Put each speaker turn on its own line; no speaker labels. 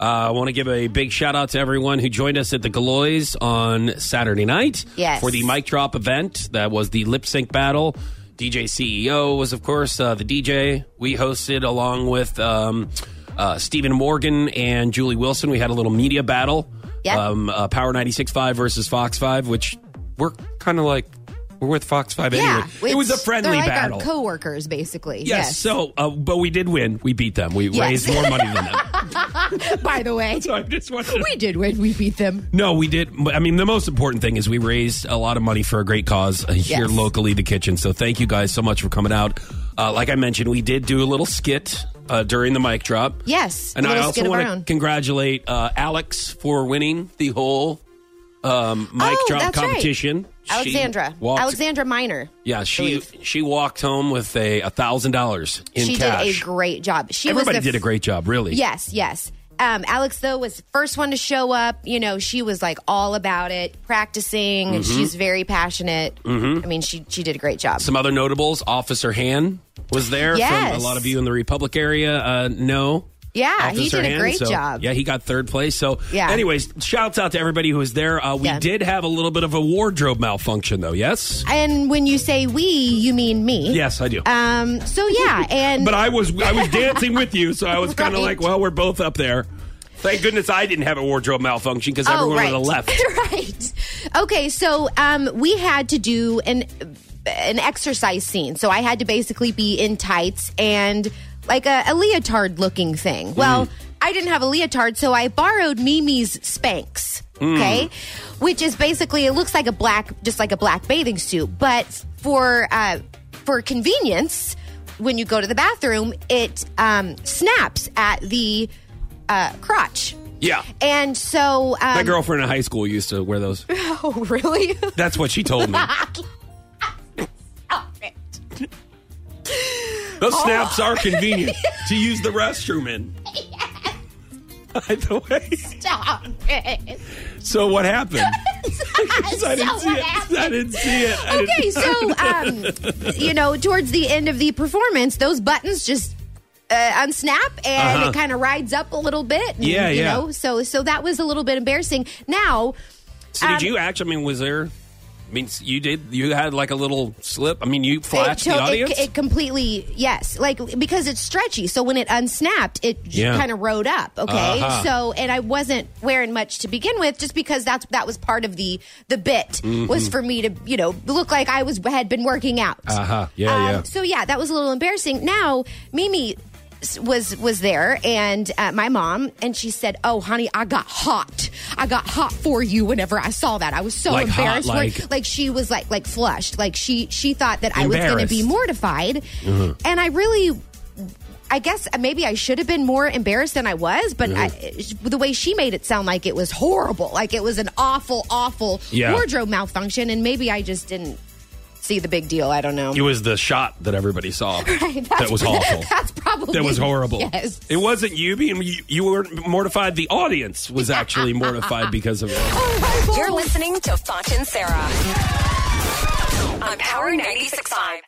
Uh, I want to give a big shout out to everyone who joined us at the Galois on Saturday night
Yes.
for the mic drop event. That was the lip sync battle. DJ CEO E was, of course, uh, the DJ. We hosted along with um, uh, Stephen Morgan and Julie Wilson. We had a little media battle.
Yeah.
Um, uh, Power 96.5 versus Fox 5, which we're kind of like, we're with Fox 5
Yeah,
anyway. It was a
it's-
friendly
they're like
battle.
Our coworkers, basically.
Yes.
Yes.
So, uh, but we did win. We beat them. We
Yes.
raised more money than them.
By the way,
So I just wanted to-
we did win. We beat them.
no, we did. I mean, the most important thing is we raised a lot of money for a great cause uh, here
Yes.
locally, the kitchen. So thank you guys so much for coming out. Uh, like I mentioned, we did do a little skit uh, during the mic drop.
Yes,
And
a
I
little
also
skit of
want
our
to
own.
congratulate uh, Alex for winning the whole um, mic
Oh,
drop
that's right.
competition. She
Alexandra.
walked-
Alexandra Minor.
Yeah, she
believe.
she walked home with a thousand dollars in
she
cash.
did a great job. She was
Everybody
the
did a great job, really.
Yes, yes. Um, Alex though was the first one to show up. You know, she was like all about it, practicing. She's
Mm-hmm.
very passionate. I mean, she she did a great job.
Some other notables, Officer Han was there.
Yes.
From a lot of you in the Republic area uh, know.
Yeah, he
Officer
did a
Han,
great
so-
job.
Yeah, he got third place. So,
Yeah.
anyways, shouts out to everybody who was there. Uh, we
Yeah.
did have a little bit of a wardrobe malfunction, though. Yes,
And when you say we, you mean me.
yes, I do.
Um. So yeah, and
but I was I was dancing with you, so I was kind of
Right.
like, well, we're both up there. Thank goodness I didn't have a wardrobe malfunction because
oh,
everyone
right.
would have left.
right. Okay, so um, we had to do an an exercise scene. So I had to basically be in tights and like a, a leotard looking
Hmm.
thing. Well, I didn't have a leotard, so I borrowed Mimi's Spanx.
Hmm.
Okay, which is basically it looks like a black, just like a black bathing suit, but for uh, for convenience, when you go to the bathroom, it um, snaps at the uh, crotch.
Yeah.
And so, um,
My girlfriend in high school used to wear those.
Oh, really?
That's what she told me.
Stop it.
Those
Oh.
snaps are convenient to use the restroom in. By the way,
Stop it.
so what happened? I didn't
So
see
what
it. I
happened?
didn't see it. I didn't-
Okay, so, um, you know, towards the end of the performance, those buttons just. Uh, unsnap and
Uh-huh.
it kind of rides up a little bit. and,
Yeah,
you
yeah.
Know, so, so that was a little bit embarrassing. Now,
So did
um,
you actually? I mean, was there? I mean, you did. You had like a little slip. I mean, you flashed
to-
the audience.
It, it completely yes, like because it's stretchy. So when it unsnapped, it
Yeah.
kind of rode up. Okay,
Uh-huh.
so and I wasn't wearing much to begin with, just because that's that was part of the the bit
Mm-hmm.
was for me to you know look like I was had been working out. Um,
Uh-huh. Yeah, yeah.
So yeah, that was a little embarrassing. Now Mimi s- was was there and uh, my mom and she said oh honey i got hot i got hot for you whenever i saw that i was so
Like hot,
embarrassed We're-
like-
like she was like like flushed like she she thought that I was going to be
Embarrassed. Uh-huh.
mortified. And I really, I guess uh, maybe I should have been more embarrassed than I was, but
Uh-huh.
I, the way she made it sound like it was horrible, like it was an awful, awful
Yeah.
wardrobe malfunction. And maybe I just didn't see the big deal. I don't know.
It was the shot that everybody saw. that
That's-
was awful.
That's probably
That was horrible.
Yes.
It wasn't you being you, you weren't mortified. The audience was actually mortified because of it.
Horrible.
You're listening to Foch and Sarah on Power 96.5.